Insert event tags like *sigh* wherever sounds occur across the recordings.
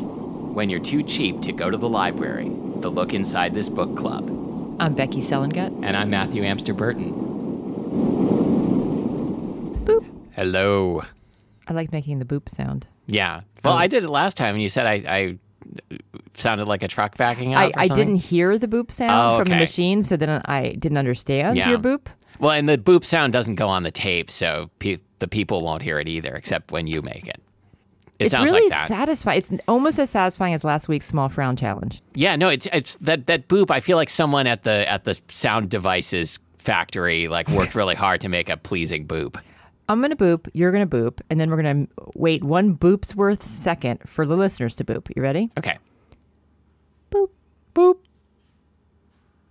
when you're too cheap to go to the library, the look inside this book club. I'm Becky Selengut. And I'm Matthew Amster Burton. Hello. I like making the boop sound. Yeah. Well, I did it last time, and you said I, I sounded like a truck backing up. I, or I something. didn't hear the boop sound Oh, from the okay. machine, so then I didn't understand Yeah. your boop. Well, and the boop sound doesn't go on the tape, so pe- the people won't hear it either, except when you make it. It it's sounds really like that. satisfying. It's almost as satisfying as last week's small frown challenge. Yeah, no, it's it's that that boop. I feel like someone at the at the sound devices factory like *laughs* worked really hard to make a pleasing boop. I'm gonna boop, you're gonna boop, and then we're gonna wait one boop's worth second for the listeners to boop. You ready? Okay, Boop, boop.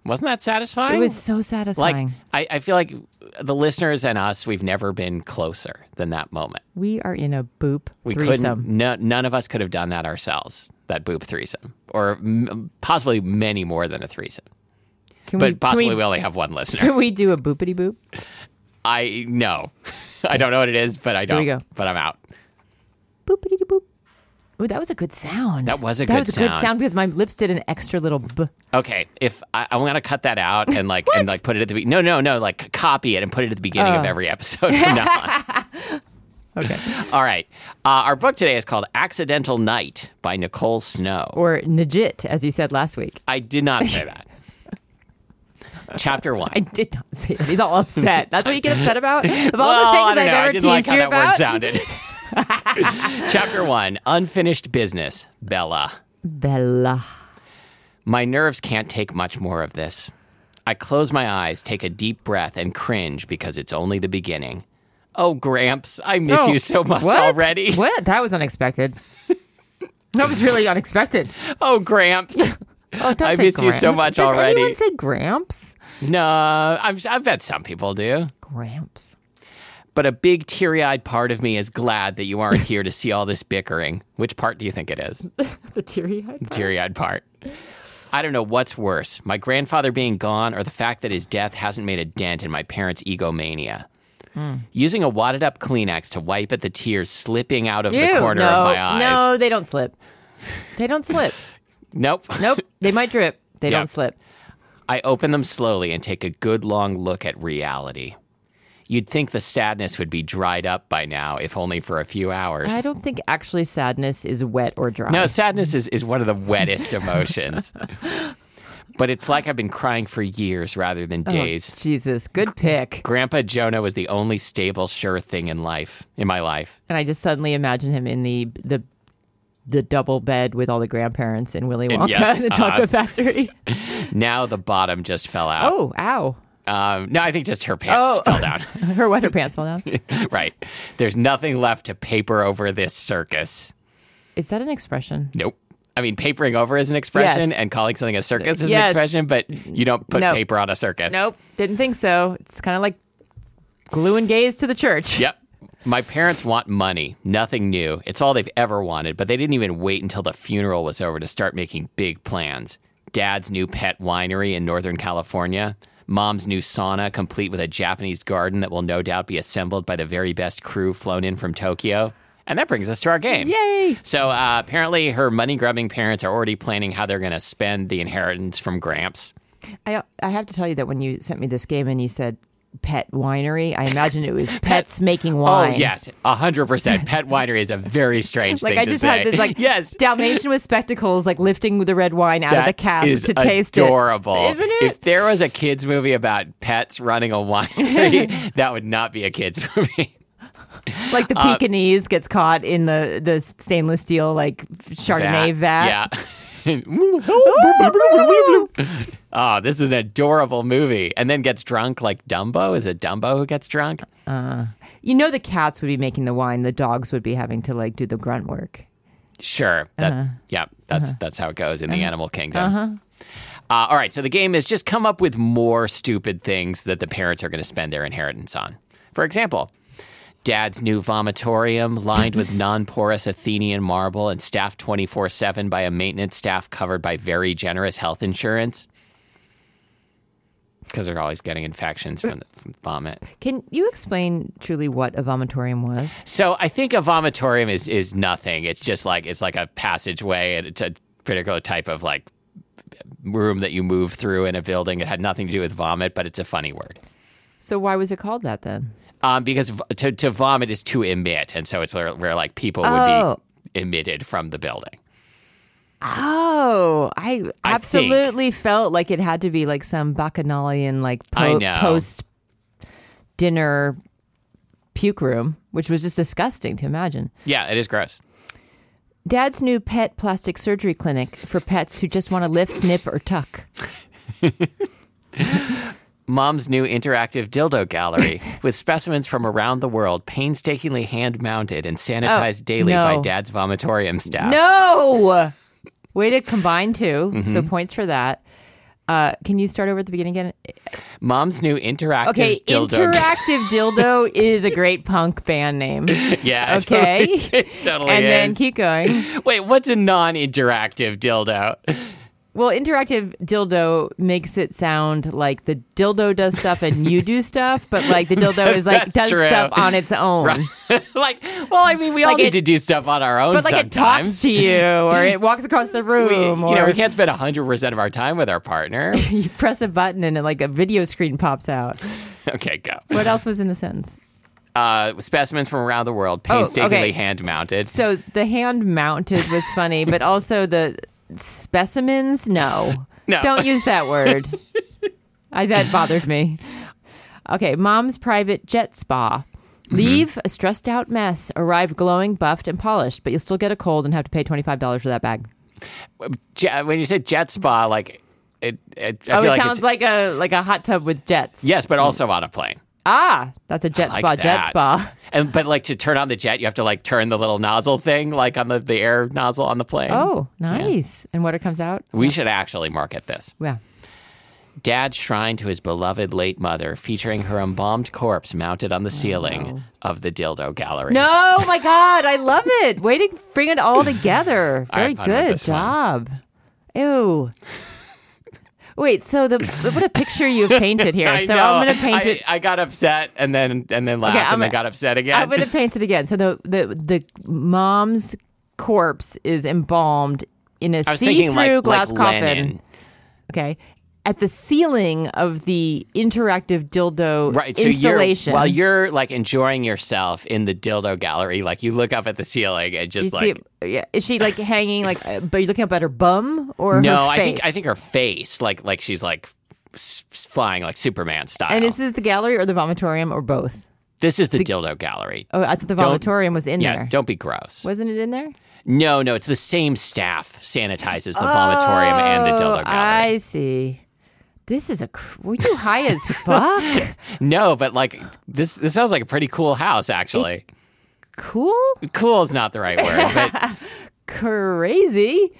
wasn't that satisfying? It was so like satisfying. I, I feel like the listeners and us, we've never been closer than that moment. we are in a boop We couldn't. threesome. No, none of us could have done that ourselves. That boop threesome, or m- possibly many more than a threesome. Can But possibly can *laughs* we we, only have one listener. can we do a boopity boop? I no, I don't know *laughs* what it is, but I don't. we go. But I'm out. Boopity boop. Ooh, that was a good sound. That was a that good was a good sound. sound because my lips did an extra little b. Okay, if I, I'm gonna cut that out and like and like put it at the be- no no no like c- copy it and put it at the beginning of every episode from now on. Oh. *laughs* Okay. All right, uh, our book today is called "Accidental Night" by Nicole Snow. Or nijit, as you said last week. I did not say *laughs* that. Chapter one. I did not say that. He's all upset. That's what you get upset about? Of all well, I the things don't have know. ever I teased didn't like how you that about. word sounded. *laughs* *laughs* Chapter one: Unfinished business. Bella. Bella. My nerves can't take much more of this. I close my eyes, take a deep breath, and cringe because it's only the beginning. Oh, Gramps, I miss Oh, you so much what? already. *laughs* What? That was unexpected. That was really unexpected. Oh, Gramps. *laughs* Oh, don't I say miss you so Gramps. much Does already. anyone say Gramps? no, I'm, I bet some people do. Gramps. *laughs* But a big teary eyed part of me is glad that you aren't *laughs* here to see all this bickering. Which part do you think it is? The teary eyed. teary eyed part. I don't know what's worse my grandfather being gone or the fact that his death hasn't made a dent in my parents' egomania. Hmm. Using a wadded up Kleenex to wipe at the tears slipping out of the corner no, of my eyes. No, they don't slip. They don't slip. Nope. nope. They might drip. They *laughs* Yeah. don't slip. I open them slowly and take a good long look at reality. You'd think the sadness would be dried up by now, if only for a few hours. I don't think actually sadness is wet or dry. No, sadness is, is one of the wettest *laughs* emotions. but it's like I've been crying for years rather than Uh-huh. days. Jesus, good pick. Grandpa Jonah was the only stable, sure thing in life, in my life. And I just suddenly imagine him in the the the double bed with all the grandparents in Willy Wonka yes, uh, and the *laughs* chocolate factory. Now the bottom just fell out. Oh, ow. Um, no, I think just her pants Oh. fell down. *laughs* Her wetter pants fell down. right. There's nothing left to paper over this circus. Is that an expression? Nope. I mean, papering over is an expression, Yes. and calling something a circus is Yes. an expression, but you don't put No. paper on a circus. Nope. Didn't think so. It's kind of like gluing gays to the church. Yep. My parents want money, nothing new. It's all they've ever wanted, but they didn't even wait until the funeral was over to start making big plans. Dad's new pet winery in Northern California, mom's new sauna, complete with a Japanese garden that will no doubt be assembled by the very best crew flown in from Tokyo. And that brings us to our game. Yay. So uh, apparently, her money grubbing parents are already planning how they're going to spend the inheritance from Gramps. I I have to tell you that when you sent me this game and you said pet winery, I imagine *laughs* it was pets making wine. Oh, yes, 100%. Pet winery is a very strange *laughs* Like thing I to just say. had this *laughs* like yes. Dalmatian with spectacles like lifting the red wine out of the That cask is to taste adorable. it. Isn't it? If there was a kids movie about pets running a *laughs* winery, that would not be a kids movie. like the Pekingese gets caught in the the stainless steel like Chardonnay vat. *laughs* *laughs* Yeah. oh, this is an adorable movie. And then gets drunk like Dumbo. Is it Dumbo who gets drunk? You know the cats would be making the wine, the dogs would be having to like do the grunt work. Sure. That, Yeah, that's that's how it goes in the animal kingdom. Uh, all right. So the game is just come up with more stupid things that the parents are going to spend their inheritance on. For example, dad's new vomitorium lined with non-porous Athenian marble and staffed 24/7 by a maintenance staff covered by very generous health insurance. because they're always getting infections from, the, from vomit. Can you explain truly what a vomitorium was? So I think a vomitorium is is nothing. It's just like it's like a passageway and it's a particular type of like room that you move through in a building. It had nothing to do with vomit, but it's a funny word. So why was it called that then? Um, because v- to, to vomit is to emit, and so it's where, where like people would Oh. be emitted from the building. Oh, I I absolutely felt like it had to be like some bacchanalian like I po- know. post dinner puke room, which was just disgusting to imagine. Yeah, it is gross. Dad's new pet plastic surgery clinic for pets who just want to lift, nip, or tuck. Mom's new interactive dildo *laughs* gallery with specimens from around the world painstakingly hand mounted and sanitized daily Oh, no. by dad's vomitorium staff. No! Way to combine 2 Mm-hmm. So points for that. Uh, can you start over at the beginning again? Mom's new interactive Okay, dildo. *laughs* Interactive Dildo is a great punk band name. yeah, it Okay. totally- it totally and then *laughs* is. keep going. Wait, what's a non-interactive dildo? *laughs* Well, interactive dildo makes it sound like the dildo does stuff and you do stuff, but like the dildo is like That's does true. stuff on its own. like, well, I mean, we all Like need it- to do stuff on our own But like it talks sometimes. to you or it walks across *laughs* the We- room you know, or we can't spend hundred percent of our time with our partner. *laughs* you press a button and like a video screen pops out. okay, go. What else was in the sentence? Uh, specimens from around the world, painstakingly hand mounted. Oh, So the hand mounted was *laughs* funny, but also the specimens, no. No. Don't use *laughs* that word. I that bothered me. Okay, mom's private jet spa. Mm-hmm. Leave a stressed out mess, arrive glowing, buffed, and polished, but you'll still get a cold and have to pay $25 for that bag. Je- when you said jet spa, like it, it I Oh, feel it like sounds it's, like a like a hot tub with jets. yes, but also on a plane. Ah, that's a jet Like spa, jet that. spa. And but like to turn on the jet, you have to like turn the little nozzle thing, like on the the air nozzle on the plane. Oh, nice. And water comes out? We should actually market this. Yeah. Dad's shrine to his beloved late mother, featuring her embalmed corpse mounted on the ceiling of the dildo gallery. Oh, No, oh my God, I love it. Way to bring it all together. *laughs* I Very had fun with good this one. job. Ew. Wait, so the what a picture *laughs* you've painted here. I so know. I'm going to paint I, it. I got upset and then and then laughed I'm and then a- got upset I'm again. going to paint it again. So the the the mom's corpse is embalmed in a I was see-through thinking like glass like coffin. Lenin. Okay. At the ceiling of the interactive dildo Right, so installation. you're while you're like enjoying yourself in the dildo gallery, like you look up at the ceiling and just You like see, yeah, is she like hanging like? uh, But you're looking up at her bum or her no, I face? think I think her face, like like she's like s- s- flying like Superman style. And is this the gallery or the vomitorium or both? this is the, dildo gallery. Oh, I thought the Don't- vomitorium was in yeah, there. don't be gross. Wasn't it in there? No, no, it's the same staff sanitizes the vomitorium and the dildo gallery. Oh, I see. This is a. cr- Were you high *laughs* as fuck? No, but like this this sounds like a pretty cool house actually. Cool. *laughs* cool is not the right word, *laughs* but Crazy.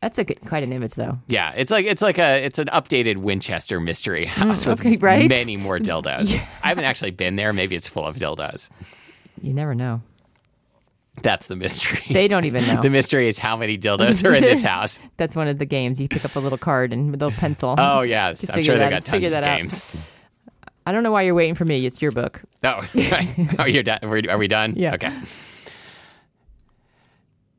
That's a good, quite an image though. yeah, it's like it's like a it's an updated Winchester mystery house okay, with right? many more dildos. I haven't actually been there. Maybe it's full of dildos. You never know. That's the mystery. They don't even know. *laughs* the mystery is how many dildos are in this house. That's one of the games. You pick up a little card and with a little pencil. Oh yes, To I'm figure sure they that- got tons figure of that out. games. I don't know why you're waiting for me. It's your book. Oh, *laughs* right. oh, you're done. Are we- Are we done? Yeah. Okay.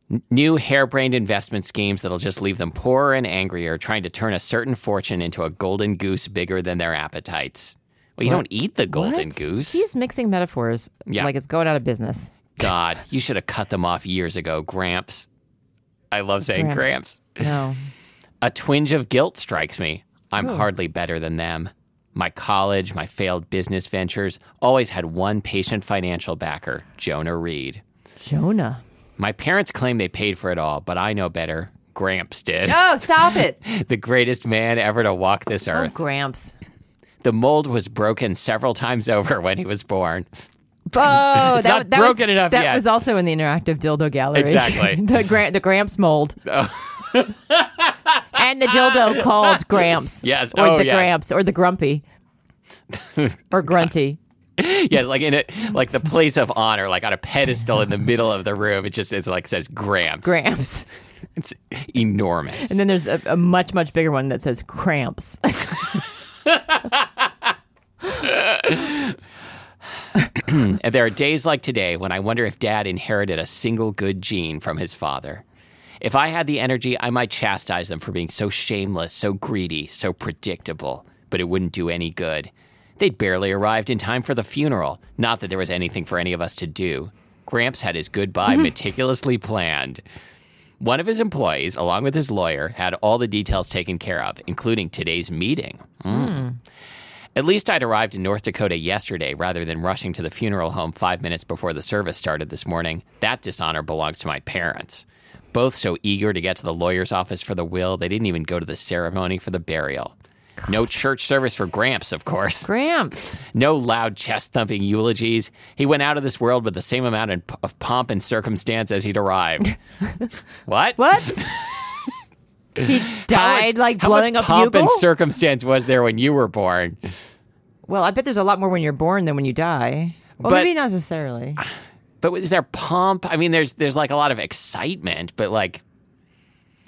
N- New harebrained investment schemes that'll just leave them poorer and angrier, trying to turn a certain fortune into a golden goose bigger than their appetites. Well, you don't eat the golden What? goose. He's *laughs* mixing metaphors. Yeah. Like it's going out of business. God, you should have cut them off years ago, Gramps. I love saying Gramps. Gramps. *laughs* No. A twinge of guilt strikes me. I'm Oh. hardly better than them. My college, my failed business ventures always had one patient financial backer, Jonah Reed. Jonah. My parents claim they paid for it all, but I know better. Gramps did. Oh, stop it. *laughs* the greatest man ever to walk this Oh, earth. Gramps. The mold was broken several times over *laughs* when he was born. *laughs* Oh, It's that, not that broken was, enough That yet. was also in the interactive dildo gallery. Exactly. *laughs* Oh. the Gra- the Gramps *laughs* mold. *laughs* and the dildo called Gramps. Yes. Or Oh, the yes. Gramps or the Grumpy. or Grunty. *laughs* yes, like in it, like the place of honor, like on a pedestal in the middle of the room. It just it's like says Gramps. Gramps. *laughs* It's enormous. *laughs* And then there's a, a much, much bigger one that says cramps. And there are days like today when I wonder if dad inherited a single good gene from his father. If I had the energy, I might chastise them for being so shameless, so greedy, so predictable, but it wouldn't do any good. They'd barely arrived in time for the funeral. Not that there was anything for any of us to do. Gramps had his goodbye meticulously planned. One of his employees, along with his lawyer, had all the details taken care of, including today's meeting. Hmm. At least I'd arrived in North Dakota yesterday rather than rushing to the funeral home five minutes before the service started this morning. That dishonor belongs to my parents. Both so eager to get to the lawyer's office for the will, they didn't even go to the ceremony for the burial. No church service for Gramps, of course. Gramps. No loud chest thumping eulogies. He went out of this world with the same amount in- of pomp and circumstance as he'd arrived. what? *laughs* What? he How much- died like how blowing much up pomp bugle? and circumstance was there when you were born? well, I bet there's a lot more when you're born than when you die. Well, But- maybe not necessarily. But is there pomp? I mean, there's there's like a lot of excitement, but like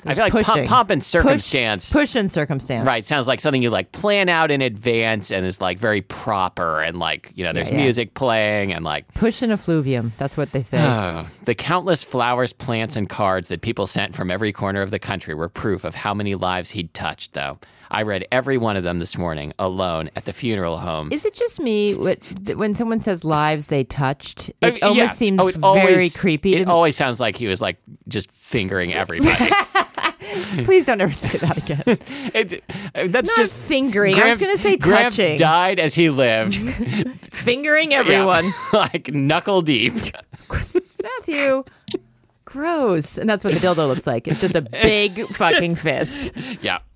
I feel like pushing. pomp, pomp and Push- circumstance, Push, and circumstance. right? Sounds like something you like plan out in advance and is like very proper and like you know there's yeah. music playing and like Push and effluvium. That's what they say. Oh, the countless flowers, plants, and cards that people sent from every corner of the country were proof of how many lives he'd touched, though. I read every one of them this morning, alone, at the funeral home. Is it just me what- th- when someone says lives they touched? It I mean, almost yes. seems Oh, it very always- creepy. It To always sounds like he was like just *laughs* fingering everybody. me. *laughs* Please don't ever say that again. *laughs* It's- uh, that's Not just fingering. I was gonna say Gramps touching. died as he *laughs* lived. Fingering Yeah. everyone. *laughs* *laughs* like knuckle deep. Matthew. Gross. And that's what the dildo looks like. It's just *laughs* a big fucking fist. Yeah. *laughs*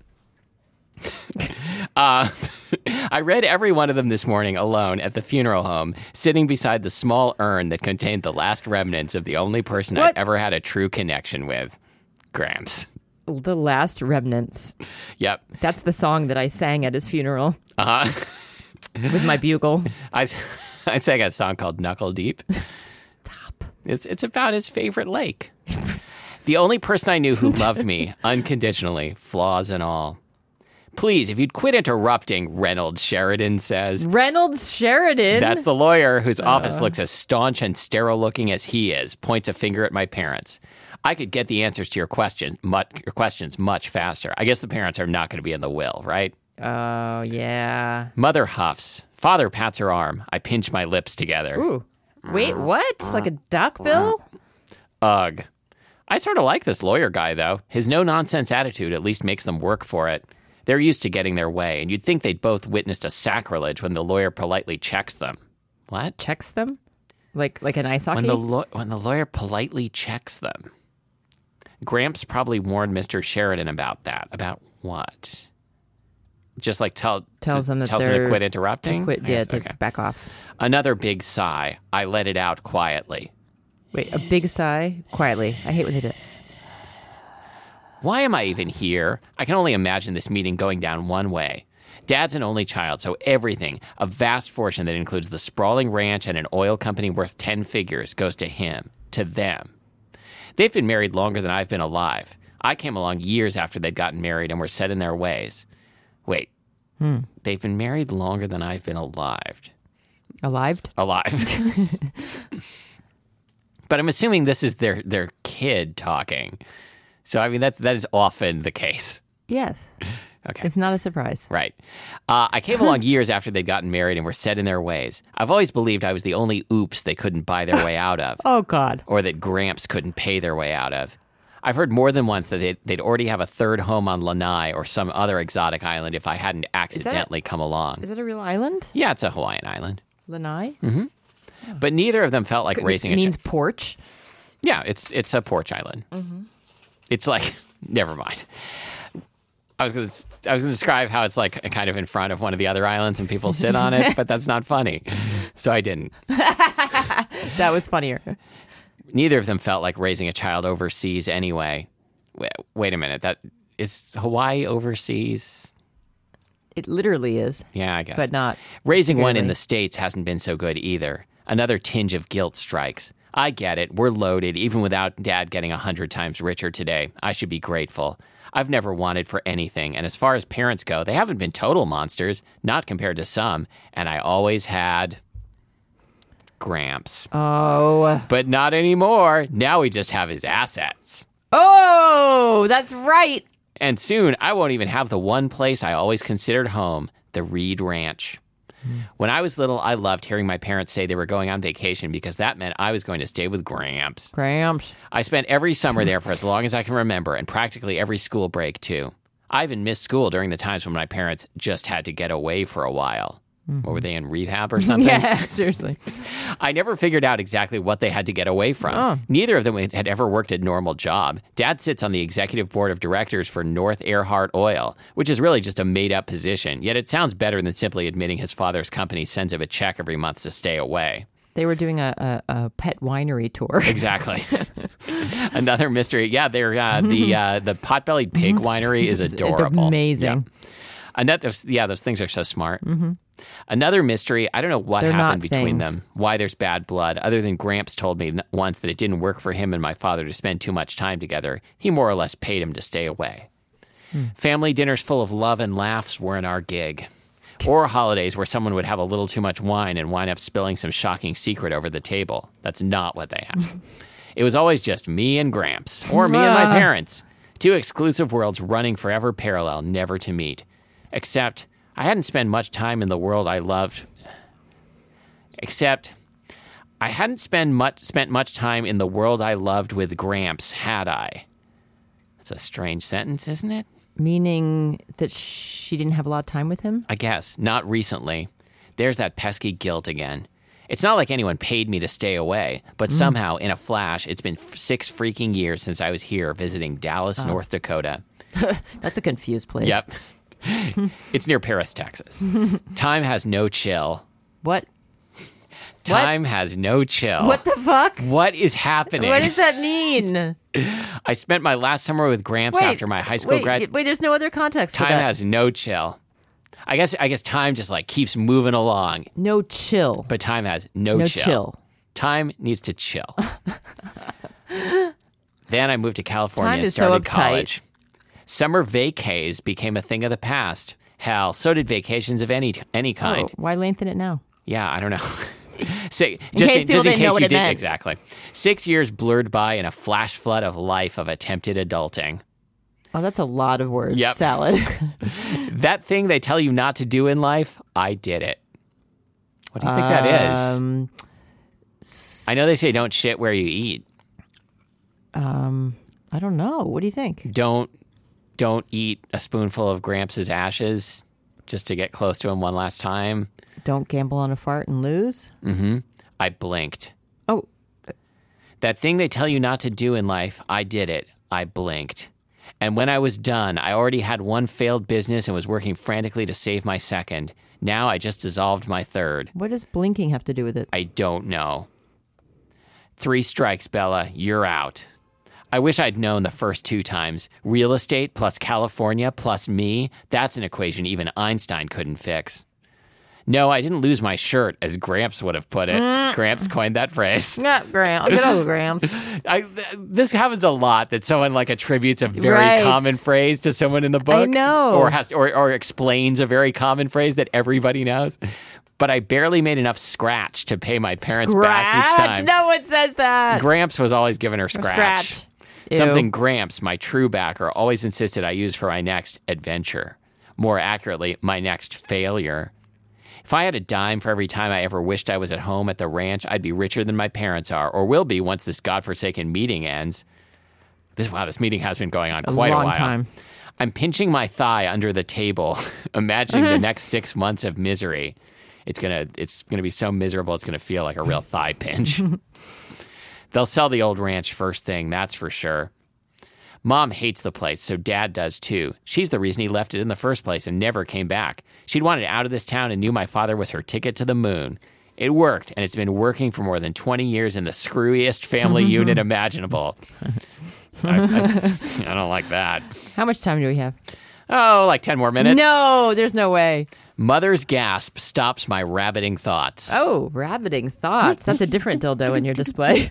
Uh, *laughs* I read every one of them this morning alone at the funeral home, sitting beside the small urn that contained the last remnants of the only person What? I've ever had a true connection with, Gramps. *laughs* The last remnants. Yep. That's the song that I sang at his funeral. Uh-huh. With my bugle. I, s- *laughs* I sang a song called Knuckle Deep. Stop. It's, it's about his favorite lake. The only person I knew who loved *laughs* me unconditionally, flaws and all. Please, if you'd quit interrupting, Reynolds Sheridan says. Reynolds Uh. Sheridan. That's the lawyer whose office looks as staunch and sterile looking as he is, points a finger at my parents. I could get the answers to your question, much, your questions much faster. I guess the parents are not going to be in the will, right? oh yeah. Mother huffs. Father pats her arm. I pinch my lips together. Ooh. Wait, what? Like a duck bill? Ugh. I sort of like this lawyer guy, though. His no nonsense attitude at least makes them work for it. They're used to getting their way, and you'd think they'd both witnessed a sacrilege when the lawyer politely checks them. What? Checks them? Like like an ice hockey? when the law when the lawyer politely checks them. Gramps probably warned Mr. Sheridan about that. About what? Just like tell Tells just them that tells him to they're- quit interrupting. Quit, I yeah, guess, to okay. back off. Another big sigh. I let it out quietly. Wait, a big sigh quietly. I hate when they do it. Why am I even here? I can only imagine this meeting going down one way. Dad's an only child, so everything, a vast fortune that includes the sprawling ranch and an oil company worth 10 figures, goes to him, to them. They've been married longer than I've been alive. I came along years after they'd gotten married and were set in their ways. Wait, they've been married longer than I've been alive. Alive? Alive. *laughs* but I'm assuming this is their, their kid talking. So, I mean, that's, that is often the case. Yes. *laughs* Okay. It's not a surprise. Right. Uh, I came *laughs* along years after they'd gotten married and were set in their ways. I've always believed I was the only oops they couldn't buy their way out *laughs* of, Oh God. or that Gramps couldn't pay their way out of. I've heard more than once that they'd, they'd already have a third home on Lanai or some other exotic island if I hadn't accidentally come along. Is it a real island? Yeah, it's a Hawaiian island. Lanai? But neither of them felt like Mm-hmm. raising a Oh. means child. porch. Yeah, it's it's a porch island. It's like *laughs* never mind. I was gonna I was gonna describe how it's like kind of in front of one of the other islands and people sit on it, but that's not funny, so I didn't. That was funnier. Neither of them felt like raising a child overseas anyway. Wait, wait a minute, that is Hawaii overseas? It literally is, Yeah, I guess, but not. Raising one in Barely. the States hasn't been so good either. Another tinge of guilt strikes. I get it. We're loaded, even without dad getting a hundred times richer today. I should be grateful. I've never wanted for anything, and as far as parents go, they haven't been total monsters, not compared to some, and I always had Gramps. Oh. But not anymore. Now we just have his assets. Oh, that's right. And soon I won't even have the one place I always considered home the Reed Ranch. When I was little, I loved hearing my parents say they were going on vacation because that meant I was going to stay with Gramps. Gramps. I spent every summer there for as long as I can remember and practically every school break, too. I even missed school during the times when my parents just had to get away for a while. What were they in rehab or something? Yeah, *laughs* seriously. I never figured out exactly what they had to get away from. Neither of them had ever worked a normal job. Dad sits on the executive board of directors for North Earhart Oil, which is really just a made up position, yet it sounds better than simply admitting his father's company sends him a check every month to stay away. They were doing a, a, a pet winery tour. *laughs* Exactly. Another mystery. Yeah, they're uh, *laughs* the uh, the potbellied pig winery is adorable. Mm-hmm. amazing. Mm-hmm. Yeah. Another, yeah, those things are so smart. Another mystery. I don't know what They're happened not between things. them. Why there's bad blood? Other than Gramps told me n- once that it didn't work for him and my father to spend too much time together. He more or less paid him to stay away. Family dinners full of love and laughs weren't our gig. Or holidays where someone would have a little too much wine and wind up spilling some shocking secret over the table. That's not what they have. it was always just me and Gramps, or me and my parents. Two exclusive worlds running forever parallel, never to meet. Except, I hadn't spent much time in the world I loved. Except, I hadn't spent much, spent much time in the world I loved with Gramps, had I? That's a strange sentence, isn't it? Meaning that she didn't have a lot of time with him? I guess. Not recently. There's that pesky guilt again. It's not like anyone paid me to stay away, Mm. but somehow, in a flash, it's been f- six freaking years since I was here visiting Dallas, North Dakota. That's a confused place. Yep. *laughs* it's near Paris, Texas. Time has no chill. What? Time has no chill. What the fuck? what is happening? What does that mean? I spent my last summer with Gramps Wait, after my high school wait, grad. Wait, there's no other context. for time that. has no chill. I guess I guess time just like keeps moving along, no chill. but time has no, no chill. chill. Time needs to *laughs* chill. then I moved to California Time and is so started uptight. college. Summer vacays became a thing of the past. Hell, so did vacations of any any Oh, kind. why lengthen it now? Yeah, I don't know. *laughs* Say, just case in, just people in didn't know case what you it did meant. exactly. Six years blurred by in a flash flood of life of attempted adulting. Oh, that's a lot of words. Yep. Salad. *laughs* That thing they tell you not to do in life, I did it. What do you think that is? Um, I know they say don't shit where you eat. I don't know. What do you think? Don't don't eat a spoonful of Gramps' ashes just to get close to him one last time. Don't gamble on a fart and lose. I blinked. Oh, That thing they tell you not to do in life, I did it. I blinked. And when I was done, I already had one failed business and was working frantically to save my second. Now I just dissolved my third. what does blinking have to do with it? I don't know. Three strikes, Bella. You're out. I wish I'd known the first two times. Real estate plus California plus me, that's an equation even Einstein couldn't fix. No, I didn't lose my shirt, as Gramps would have put it. Mm. Gramps coined that phrase. Yeah, Graham. Good old *laughs* Graham. I, th- this happens a lot that someone like attributes a very Right. common phrase to someone in the book, know. or has or, or explains a very common phrase that everybody knows. But I barely made enough scratch to pay my parents back each Scratch. time. No one says that. Gramps was always giving her scratch. Scratch. Something Ew. Gramps, my true backer, always insisted I use for my next adventure. More accurately, my next failure. If I had a dime for every time I ever wished I was at home at the ranch, I'd be richer than my parents are, or will be once this godforsaken meeting ends. This wow, this meeting has been going on quite long a while. time. I'm pinching my thigh under the table, *laughs* imagining the next six months of misery. It's gonna it's gonna be so miserable it's gonna feel like a real thigh pinch. They'll sell the old ranch first thing, that's for sure. Mom hates the place, so dad does too. She's the reason he left it in the first place and never came back. She'd wanted out of this town and knew my father was her ticket to the moon. It worked, and it's been working for more than 20 years in the screwiest family unit imaginable. I, I- I don't like that. How much time do we have? Oh, like 10 more minutes. no, there's no way. Mother's gasp stops my rabbiting thoughts. Oh, rabbiting thoughts. That's a different dildo in *laughs* your display.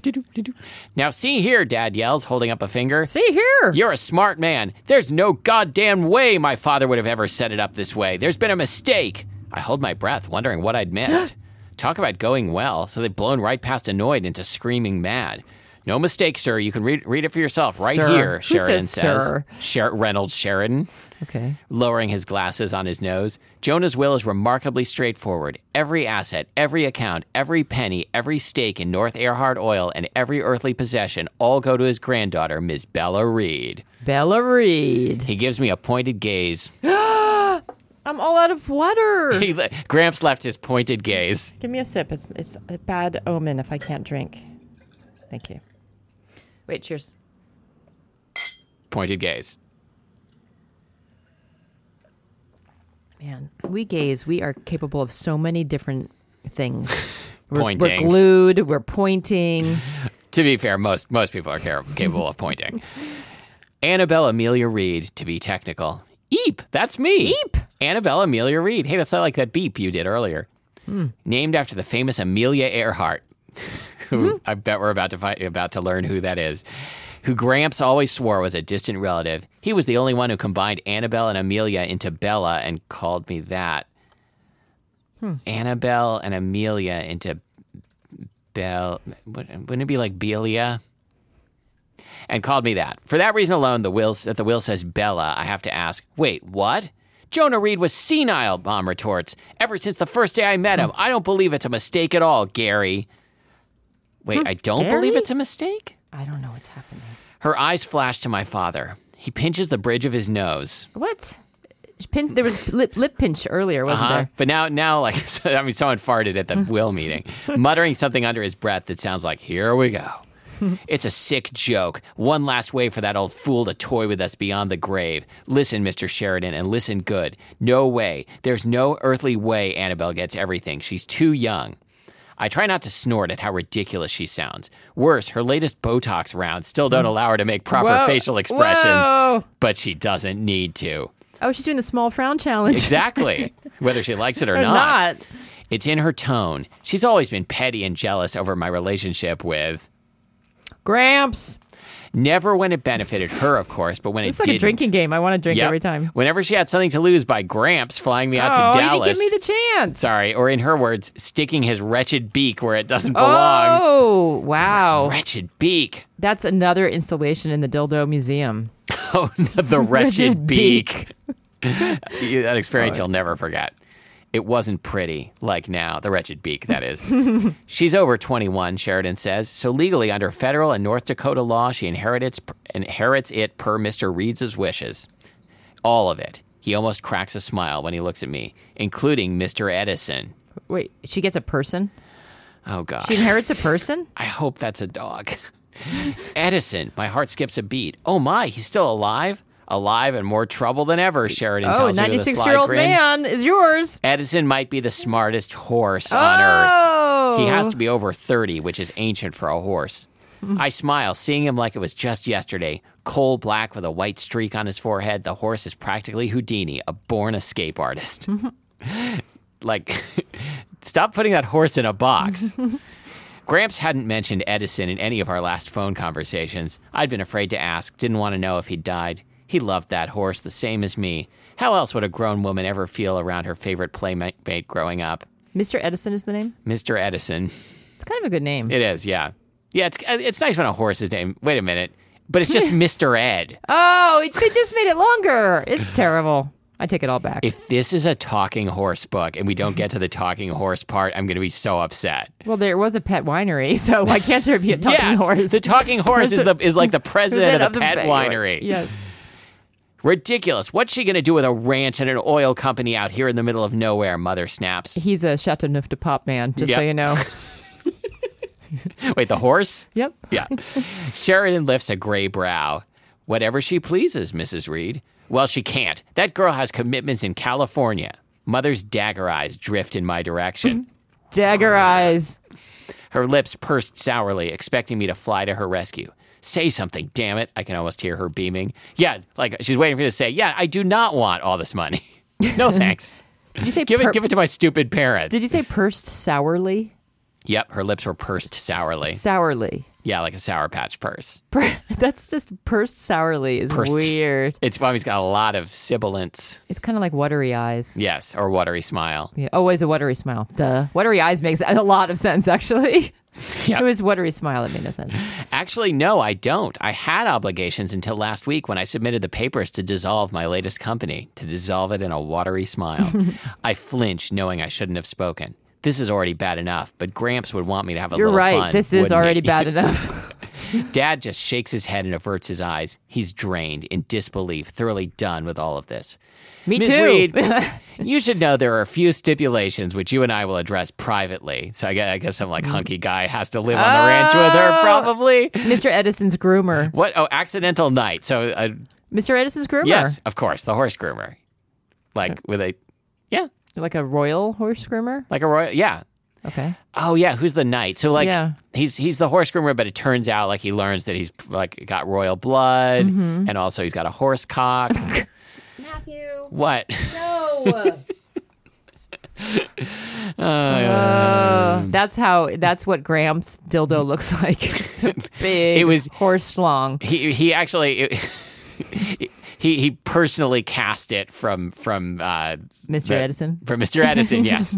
Now, see here, Dad yells, holding up a finger. See here. You're a smart man. There's no goddamn way my father would have ever set it up this way. There's been a mistake. I hold my breath, wondering what I'd *gasps* missed. Talk about going well. So they've blown right past annoyed into screaming mad. No mistake, sir. You can read, read it for yourself right Sir. here, Who Sheridan says sir? Sher- Reynolds Sheridan Okay. lowering his glasses on his nose. Jonah's will is remarkably straightforward. Every asset, every account, every penny, every stake in North Earhart Oil, and every earthly possession all go to his granddaughter, Miss Bella Reed. Bella Reed. He gives me a pointed gaze. *laughs* I'm all out of water. He le- Gramps left his pointed gaze. Give me a sip. It's it's a bad omen if I can't drink. Thank you. Wait, cheers. Pointed gaze. Man, we gays, we are capable of so many different things. *laughs* We're, Pointing. We're glued, we're pointing. To be fair, most most people are car- capable of pointing. Annabelle Amelia Reed, to be technical. Eep, that's me. Eep. Annabelle Amelia Reed. Hey, that's not like that beep you did earlier. Named after the famous Amelia Earhart, *laughs* who I bet we're about to find, about to learn who that is. Who Gramps always swore was a distant relative. He was the only one who combined Annabelle and Amelia into Bella and called me that. Annabelle and Amelia into Bell. Wouldn't it be like Belia? And called me that. For that reason alone, the will that the will says Bella, I have to ask. Wait, what? Jonah Reed was senile. Mom retorts. Ever since the first day I met him, I don't believe it's a mistake at all, Gary. Wait, I don't believe Gary? it's a mistake. I don't know what's happening. Her eyes flash to my father. He pinches the bridge of his nose. What? Pin, there was lip, lip pinch earlier, wasn't Uh-huh. there? But now, now, like, *laughs* so- I mean, someone farted at the will meeting, muttering something under his breath that sounds like, here we go. It's a sick joke. One last way for that old fool to toy with us beyond the grave. Listen, Mr. Sheridan, and listen good. No way. There's no earthly way Annabelle gets everything. She's too young. I try not to snort at how ridiculous she sounds. Worse, her latest Botox rounds still don't allow her to make proper Whoa. facial expressions, Whoa. but she doesn't need to. Oh, she's doing the small frown challenge. Exactly. Whether she likes it or, *laughs* Or not. not. It's in her tone. She's always been petty and jealous over my relationship with. Gramps. Never when it benefited her, of course, but when it It's like didn't. a drinking game. I want to drink Yep. every time. Whenever she had something to lose by Gramps flying me out oh, to you Dallas. didn't give me the chance. Sorry, or in her words, sticking his wretched beak where it doesn't belong. Oh, wow. Wretched beak. *laughs* That's another installation in the Dildo Museum. Oh, the wretched Wretched beak. You- that experience you'll never forget. It wasn't pretty, like now, the wretched beak, that *laughs* is. She's over 21, Sheridan says, so legally, under federal and North Dakota law, she inherits, inherits it per Mr. Reed's wishes. All of it. He almost cracks a smile when he looks at me, including Mr. Edison. Wait, she gets a person? Oh, God. She inherits *laughs* a person? I hope that's a dog. *laughs* Edison, my heart skips a beat. Oh my, he's still alive? Alive and more trouble than ever, Sheridan Oh, tells me with a 96 sly year old grin. man is yours. Edison might be the smartest horse on earth. Oh. He has to be over 30, which is ancient for a horse. I smile, seeing him like it was just yesterday. Coal black with a white streak on his forehead, the horse is practically Houdini, a born escape artist. *laughs* like, *laughs* stop putting that horse in a box. Gramps hadn't mentioned Edison in any of our last phone conversations. I'd been afraid to ask, didn't want to know if he died. He loved that horse the same as me. How else would a grown woman ever feel around her favorite playmate growing up? Mr. Edison is the name? Mr. Edison. It's kind of a good name. It is, yeah. Yeah, it's uh, it's nice when a horse is named. Wait a minute. But it's *laughs* just Mr. Ed. oh, it, they just made it longer. It's terrible. I take it all back. If this is a talking horse book and we don't get to the talking horse part, I'm going to be so upset. well, there was a pet winery, *laughs* so why can't there be a talking yes, horse? the talking horse is the *laughs* is like the president of the, pet ba- winery. Yes. Ridiculous. What's she going to do with a ranch and an oil company out here in the middle of nowhere? Mother *laughs* snaps. He's a Chateauneuf de Pop man, just so Yep. you know. *laughs* Wait, the horse? yep. Yeah. Sheridan lifts a gray brow. Whatever she pleases, Mrs. Reed. Well, she can't. That girl has commitments in California. Mother's dagger eyes drift in my direction. Mm-hmm. Dagger eyes. her lips pursed sourly, expecting me to fly to her rescue. Say something, damn it. I can almost hear her beaming. Yeah, like she's waiting for me to say, Yeah, I do not want all this money. *laughs* no thanks. Did you say Give pur- it, give it to my stupid parents. Did you say pursed sourly? Yep, her lips were pursed sourly. Sourly. Yeah, like a sour patch purse. Pur- *laughs* That's just pursed sourly is Pursed. weird. It's mommy's got a lot of sibilance. It's kind of like watery eyes. Yes, or watery smile. Yeah, always a watery smile. Duh. Watery eyes makes a lot of sense, actually. *laughs* Yeah. It was watery smile that made no sense. Actually, no, I don't. I had obligations until last week when I submitted the papers to dissolve my latest company, to dissolve it in a watery *laughs* smile. I flinch knowing I shouldn't have spoken. This is already bad enough, but Gramps would want me to have a You're little right. fun, this is wouldn't he? *laughs* already bad enough. Dad just shakes his head and averts his eyes. He's drained, in disbelief, thoroughly done with all of this. Me Ms. too. *laughs* Reed, you should know there are a few stipulations which you and I will address privately. So I guess, I guess some Mm. like hunky guy has to Ah. live on the ranch with her, Oh. probably. Mr. Edison's groomer. What? Oh, accidental night. So uh, Mr. Edison's groomer. yes, of course, the horse groomer, like with a, yeah, Like a royal horse groomer. like a royal, yeah. Okay. Oh yeah, who's the knight? So like Yeah. he's he's the horse groomer, but it turns out like he learns that he's like got royal blood, Mm-hmm. and also he's got a horse *laughs* cock. Matthew, what? no. Mm. Uh, that's how. That's what Gramps dildo looks *laughs* like. It's a *laughs* big. It was- horse long. He he actually. *laughs* He, he personally cast it from from uh, Mr. that- Edison. from Mr. Edison. *laughs* Yes.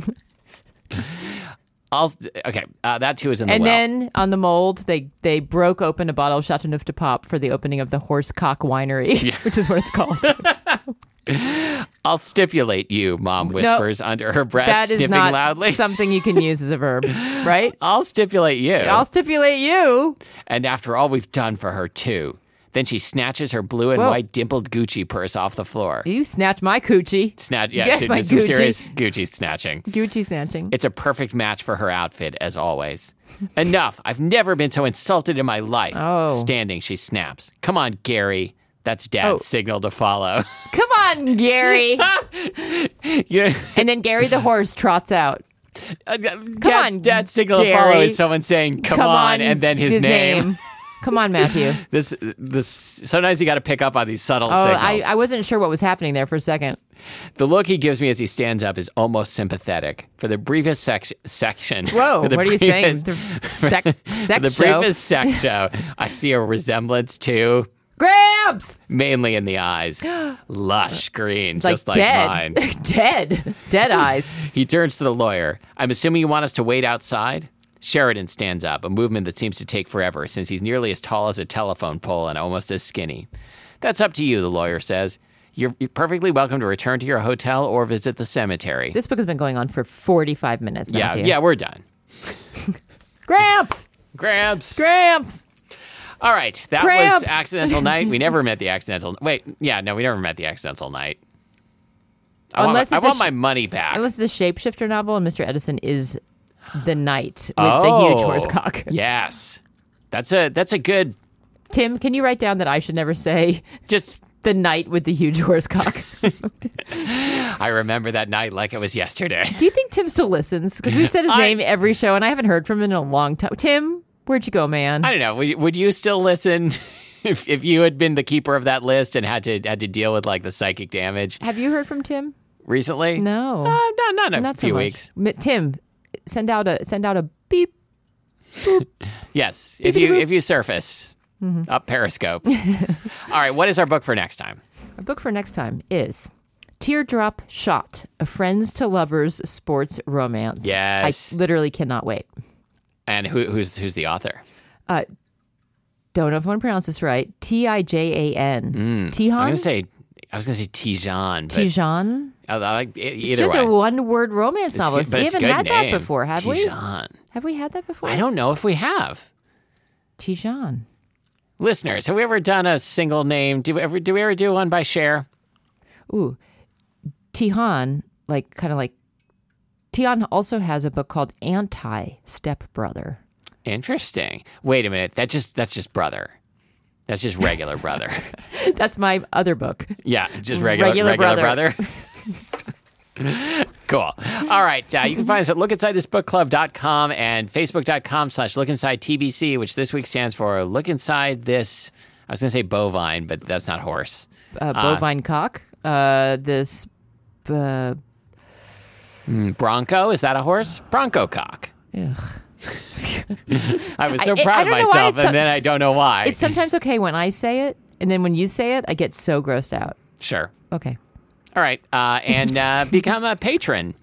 I'll, okay, uh, that too is in the And well. then on the mold, they they broke open a bottle of Chateau Neuf de Pop for the opening of the Horse Cock Winery, *laughs* which is what it's called. I'll stipulate you, mom whispers under her breath, that is sniffing not loudly. Oh. something you can use as *laughs* a verb, right? I'll stipulate you. I'll stipulate you. and after all we've done for her, too. Then she snatches her blue and Whoa. white dimpled Gucci purse off the floor. You snatch my coochie. Snatch, yeah, Get she my did some Gucci. serious Gucci snatching. Gucci snatching. It's a perfect match for her outfit, as *laughs* always. Enough. I've never been so insulted in my life. Oh. Standing, she snaps. Come on, Gary. That's dad's signal to follow. *laughs* Come on, Gary. yeah. and then Gary the horse trots out. dad's, on, dad's signal to follow Gary. is someone saying, come, on, and then his, name. *laughs* Come *laughs* on, Matthew. This, this. Sometimes you got to pick up on these subtle Oh, I, signals. I wasn't sure what was happening there for a second. the look he gives me as he stands up is almost sympathetic. For the briefest sec- section, *laughs* Whoa, for the Oh, what are you saying? briefest- The *laughs* sec, for sex the show. briefest sex show, I see a resemblance to, Gramps! mainly in the *gasps* eyes, lush green, Like just like dead. mine. *laughs* dead. *laughs* Dead eyes. He turns to the lawyer. I'm assuming you want us to wait outside? Sheridan stands up, a movement that seems to take forever since he's nearly as tall as a telephone pole and almost as skinny. That's up to you, the lawyer says. You're you're perfectly welcome to return to your hotel or visit the cemetery. This book has been going on for 45 minutes, yeah, Matthew. yeah, we're done. Gramps! Gramps. Gramps! All right, that Gramps. was accidental night. *laughs* We never met the accidental. Wait, yeah, no, we never met the accidental night. I want, Unless my, it's I a want sh- my money back. Unless it's a shapeshifter novel and Mr. Edison is the knight with oh, the huge horse cock. *laughs* Yes, that's a that's a good. Tim, can you write down that I should never say Just the knight with the huge horse cock? I remember that night like it was yesterday. *laughs* Do you think Tim still listens? Because we've said his I- name every show, and I haven't heard from him in a long time. Tim, where'd you go, man? I don't know. Would, would you still listen *laughs* if, if you had been the keeper of that list and had to had to deal with like the psychic damage Have you heard from Tim? recently? No, Uh, no, not in a not so few much. weeks. M- Tim, send out a send out a beep. Yes, if you if you surface Mm-hmm. up *laughs* Periscope. All right, what is our book for next time? Our book for next time is Teardrop Shot: A Friends to Lovers Sports Romance. Yes. I literally cannot wait. And who, who's who's the author? Don't know if I'm gonna pronounce this right. T i j a n. Mm, I'm Tijan. gonna say I was gonna say Tijan, but Tijan. I, I like e- It's either just way. a one-word romance It's novel. good- but we it's a haven't good had name. that before, have we? Tijan. Have we had that before? I don't know if we have Tijan. listeners. Have we ever done a single name? Do we ever do we ever do one by share? Ooh, Tihan, like kind of like Tihan also has a book called Anti Stepbrother. Interesting. Wait a minute. That just that's just brother. That's just regular *laughs* brother. *laughs* That's my other book. yeah, just regular regular, Regular brother. brother. *laughs* cool. All right. Uh, you can find us at lookinsidethisbookclub.com and facebook.com slash lookinsidetbc, which this week stands for Look Inside This. I was going to say bovine, but that's not horse. Uh, Bovine Cock. Uh, this. Uh, Bronco, is that a horse? Bronco cock. Ugh. I was so I- I proud of don't know why myself, it's so- and then I don't know why. It's sometimes okay when I say it, and then when you say it, I get so grossed out. sure. Okay. All right. Uh, and uh, *laughs* become a patron.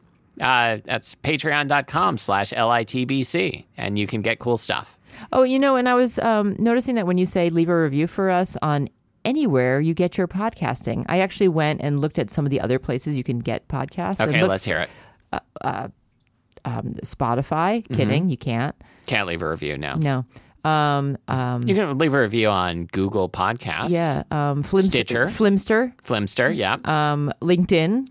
Uh, that's patreon.com slash LITBC. And you can get cool stuff. Oh, you know, and I was um, noticing that when you say leave a review for us on anywhere you get your podcasting, I actually went and looked at some of the other places you can get podcasts. and Okay, looked- let's hear it. um, Spotify. Mm-hmm. Kidding, you can't. Can't leave a review now. No. Um, um, You can leave a review on Google Podcasts. yeah. Um, Flim- Stitcher. Flimster. Flimster, yeah. Um, LinkedIn.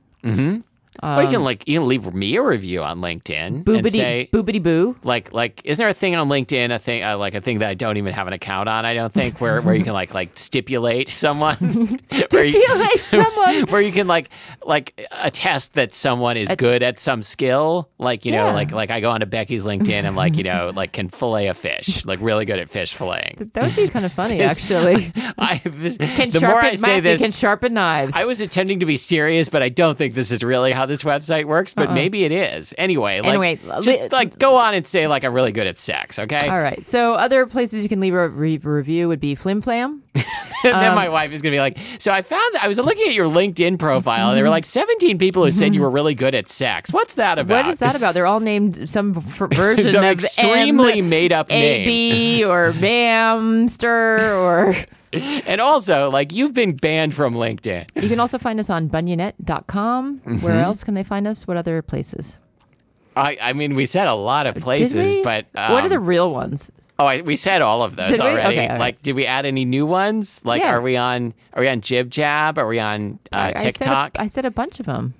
Or you can like you can leave me a review on LinkedIn and Boobity. say boobity *laughs* boo. like like isn't there a thing on LinkedIn a thing uh, like a thing that I don't even have an account on I don't think where where you can like like stipulate someone *laughs* where Feel you, *laughs* like someone. where you can like like attest that someone is good at some skill like you know Yeah. like like I go onto Becky's LinkedIn and like you *laughs* know like can fillet a fish like really good at fish filleting. That would be kind of *laughs* funny, actually. I this, Can the more sharpen, I say Matthew this can sharpen knives. I was attempting to be serious, but I don't think this is really how this website works. But maybe it is. Anyway, like, Uh-uh. Anyway, li- just like go on and say like I'm really good at sex, okay? All right. So other places you can leave a re- review would be Flim Flam. *laughs* and then um, my wife is gonna be like, so I found that I was looking at your LinkedIn profile, and there were *laughs* like 17 people who said you were really good at sex. What's that about? Mm-hmm. What *laughs* is that about? They're all named some v- version Some *laughs* of extremely M, made up name. AB or Bamster *laughs* or And also, like you've been banned from LinkedIn. *laughs* You can also find us on bunionette.com. Mm-hmm. Where else can they find us? What other places? I, I mean, we said a lot of Did places, we? but um, what are the real ones? Oh, I, we said all of those Did we? already. Okay, all right. Like, did we add any new ones? Like, Yeah. are we on? Are we on Jib Jab? Are we on uh, I- I said a- TikTok? I said, a, bunch of them.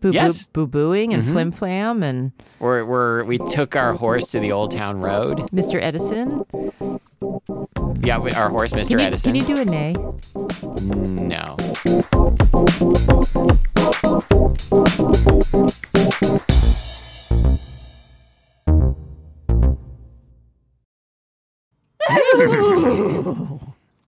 Boo Yes. Mm-hmm. boo boo booing and flim flam and Or where we took our horse to the old town road? Mr. Edison. Yeah, we, our horse, Mister Can you, Edison. can you do a nay? no.